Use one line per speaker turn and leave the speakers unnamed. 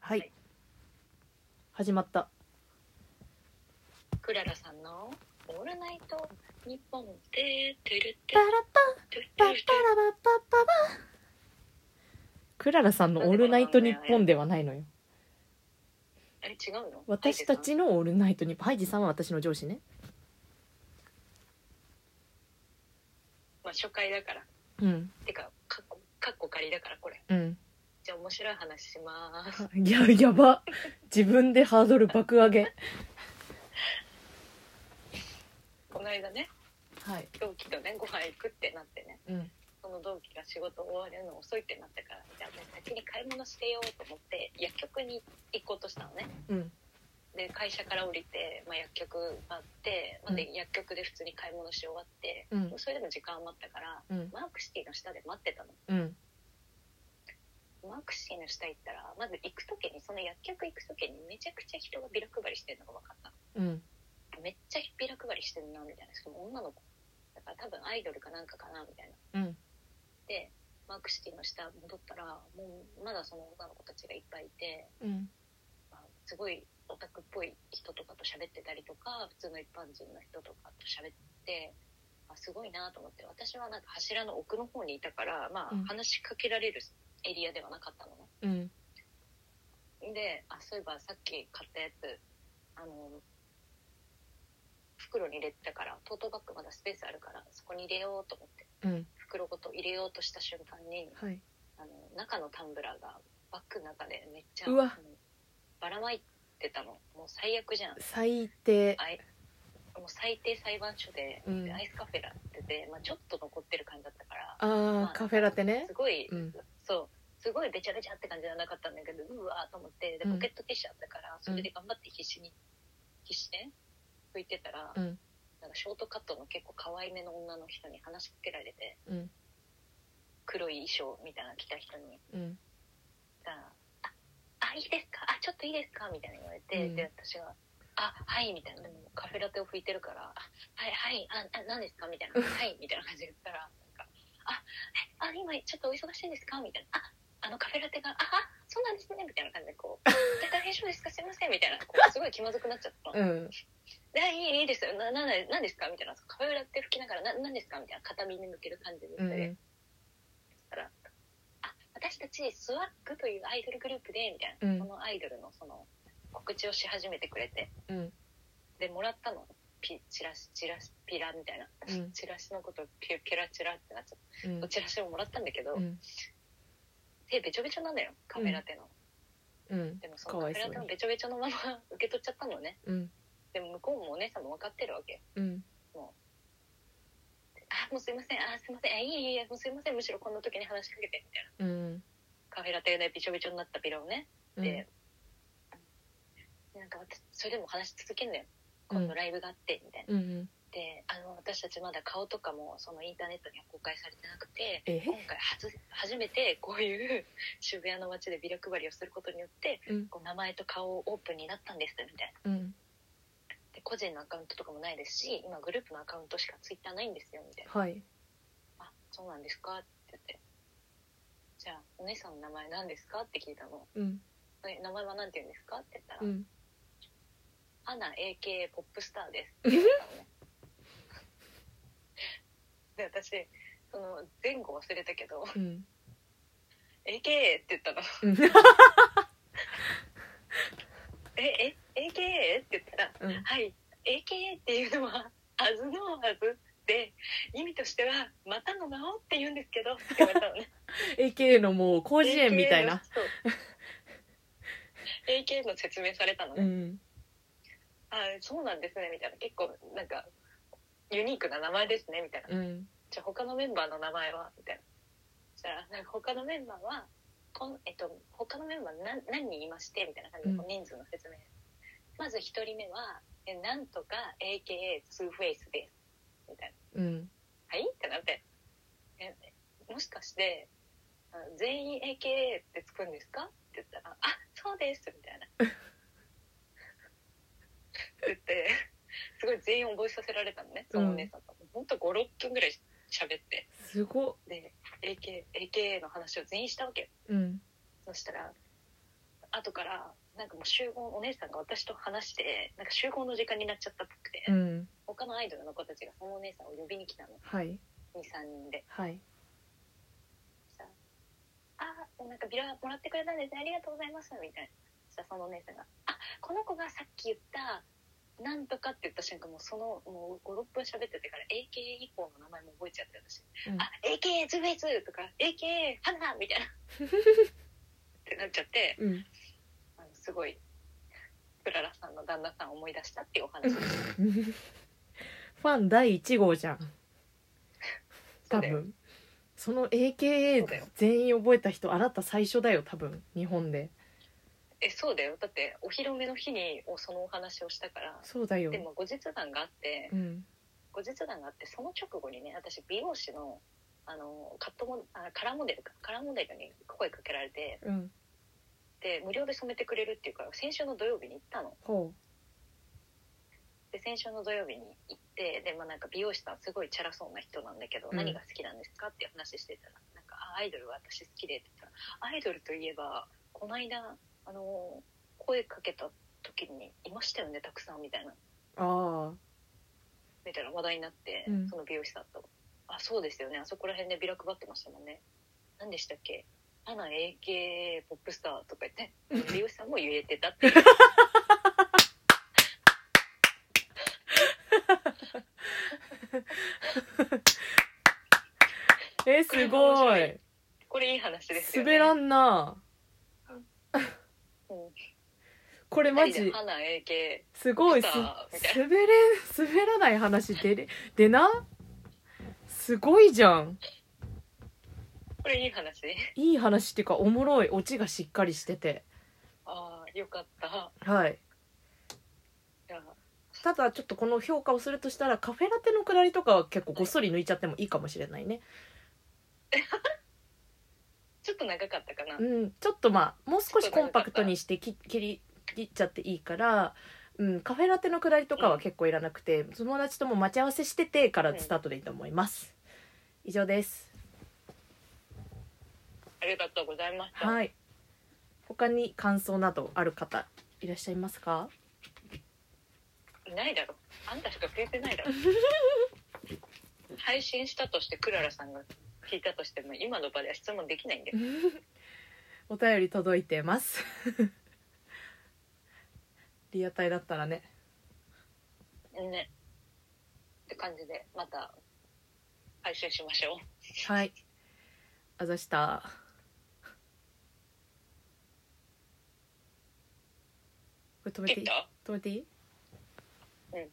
はい、
はい
始まった
クララさんの「オールナイトニッポン」で「トゥルッテ
パラパ
トゥルッ
パ
テ
パラパパパパクララさんの「オールナイトニッポン」ではないのよ
あれ違うの
私たちの「オールナイトニッポン」ハイジさんは私の上司ね
まあ初回だから
うん
てかかっこかっこ仮だからこれ
うん
じゃあ面白い話し ます
あいややば自分でハードル爆上げ
この間ね
はい
同期とねご飯行くってなってね
うん
その同期が仕事終わるの遅いってなったからじゃあもう先に買い物してようと思って薬局に行こうとしたのね
うん
で会社から降りて、まあ、薬局あって、まあ、
う
で薬局で普通に買い物し終わって、
うん
もうそれでも時間余ったから
うん
マークシティの下で待ってたの
うん
マークシティの下行ったらまず行く時にその薬局行く時にめちゃくちゃ人がビラ配りしてるのが分かった
うん
めっちゃビラ配りしてるなみたいなしかも女の子だから多分アイドルかなんかかなみたいな
うん
でマークシティの下戻ったらもうまだその女の子たちがいっぱいいて、
うん
まあすごいオタクっぽい人とかと喋ってたりとか普通の一般人の人とかと喋ってあすごいなと思って私はなんか柱の奥の方にいたから、まあ
うん、
話しかけられるエリアではなかったのね。
うん
であそういえばさっき買ったやつあの袋に入れてたからトートバッグまだスペースあるからそこに入れようと思って
うん
袋ごと入れようとした瞬間に
はい
あの中のタンブラーがバッグの中でめっちゃ
うわ
もばらまいてたのもう最悪じゃん
最低
あいもう最低裁判所で,、
うん
でアイスカフェラってて、まあ、ちょっと残ってる感じだったから
あーカフェラテね
すごい、
うん
そうすごいべちゃべちゃって感じじゃなかったんだけどうわーと思ってで
うん
ポケットティッシュあったから、それで頑張って必死に必死で拭いてたら、
うん
なんかショートカットの結構可愛めの女の人に話しかけられて
うん
黒い衣装みたいなの着た人に
うん
さああいいですかあちょっといいですか?」みたいな言われ
う
て、
ん
で私が「あはい」みたいなでもカフェラテを拭いてるから「あはいはいああ何ですか?」みたい な「はい」みたいな感じで言ったらなんか「あえあ今ちょっとお忙しいんですか?」みたいな「ああのカフェラテがああそうなんですね」みたいな感じでこう「で大変そうですかすいません」みたいなこうすごい気まずくなっちゃったの。
うん
であいいいいですよななななんですか?」みたいなカフェラテ拭きながら「な何ですか?」みたいな片身に向ける感じで
う
言って。
ん
ったら「あ私たちスワッグというアイドルグループで」みたいな、
うん
そのアイドルのその告知をし始めてくれて
うん
でもらったのピチラシチラシピラみたいな、
うん
チラシのことピュピラチラってなっちゃっ
う
た、
ん
チラシをもらったんだけど、
うん
手べちょべちょなのよカフェラテの、
うん
でもそ
か
のカ
わ
フ
い
ェ
そうに
ラテのべちょべちょのまま受け取っちゃったのね
うん
でも向こうもお姉さんも分かってるわけ
うん
あもうすいませんあすいませんあいえいえいえもうすいませんむしろこんな時に話しかけてみたいな
うん
カフェラテでべちょべちょになったピラをね
うん
で、なんか私それでも話し続けんのよ
うん
今度ライブがあってみたいな、
うん
であの私たちまだ顔とかもそのインターネットには公開されてなくて
え
今回初初めてこういう 渋谷の街でビラ配りをすることによって、
うん
こう名前と顔をオープンになったんですみたいな
うん
で個人のアカウントとかもないですし今グループのアカウントしかツイッターないんですよみたいな
はい
「あそうなんですか」って言って「じゃあお姉さんの名前何ですか?」って聞いたの
うん
「え名前は何て言うんですか?」って言ったら「
うん
アナ AKA ポップスターですって言われたのね。 で私その前後忘れたけど
うん
AKA って言ったの
うん
「ええ AKA?」って言ったら「はい AKA っていうのははずのはずで意味としてはまたの名をって言うんですけど」って言われたの ね
AKA のもう広辞苑みたいな
AKA のそう AKA の説明されたのね、
うん
あそうなんですねみたいな結構なんかユニークな名前ですねみたいな
うん
じゃあ他のメンバーの名前はみたいな。そしたらなんか他のメンバーはこん、えっと、他のメンバー何何人いましてみたいな感じ
うん
でこう人数の説明、まず1人目はえ「なんとか AKA ツーフェイスです」みたいな
うん
「はい?」ってなってえ「もしかしてあ全員 AKA ってつくんですか?」って言ったら「あそうです」みたいな。って言ってすごい全員覚えさせられたのねそのお姉さんと、ほんと56分ぐらい喋って。
すごっ
で AK, AKA の話を全員したわけよ
うん
そしたら後からなんかもう集合お姉さんが私と話してなんか集合の時間になっちゃったっぽくて、
うん
他のアイドルの子たちがそのお姉さんを呼びに来たの
はい
23人で
はい
さ「あーなんかビラもらってくれたんですねありがとうございます」みたいなさそのお姉さんが「あこの子がさっき言ったなんとか」って言った瞬間もうそのもう56分喋っててから AK 以降の名前も覚えちゃって私「
うん
あ AK2B2」とか「AK 花」みたいなってなっちゃって
うん
あのすごいクララさんの旦那さんを思い出したっていうお話でした
ファン第1号じゃん 多分その
そうだ
AKA
よ
全員覚えた人あなた最初だよ多分日本で
えそうだよだってお披露目の日におそのお話をしたから
そうだよ
でも後日談があって
うん
後日談があってその直後にね私美容師のあのカットモあカラーモデルかカラーモデルに声かけられて
うん
で無料で染めてくれるっていうから先週の土曜日に行ったの
ほ
で先週の土曜日に行ってで、まあ、なんか美容師さんすごいチャラそうな人なんだけど、
うん
何が好きなんですかっていう話してたらなんかあアイドルは私好きでって言ったらアイドルといえばこの間あの声かけた時にいましたよねたくさんみたいな
うああ
みたいな話題になって、
うん
その美容師さんと「あそうですよねあそこら辺でビラ配ってましたもんね何でしたっけアナ AK ポップスター」とか言って美容師さんも言えてたって いう
えすごい
これいい話ですよね
滑らんな
うん
これマ
二人
ジ
で花 AK
すごいす
来たみたい
滑れ 滑らない話出れ出なすごいじゃん
これいい話
いい話っていうかおもろいオチがしっかりしてて
ああよかった
はい
いや
ただちょっとこの評価をするとしたらカフェラテのくだりとかは結構ごっそり抜いちゃってもいいかもしれないね
ちょっと長かったかな、
うんちょっとまあもう少しコンパクトにしてき切り切っちゃっていいから、うん、カフェラテのくだりとかは結構いらなくて友達とも待ち合わせしててからスタートでいいと思います以上です
ありがとうございました、
はい他に感想などある方いらっしゃいますか
い、ないだろあんたしか聞いてな いだろ配信したとしてクララさんが聞いたとしても今の場では質問できないんで
お便り届いてます リアタイだったらね
ね。って感じで、また、配信しましょう。
はいあざしたこれ止めてい
切
い
った
止めていい
うん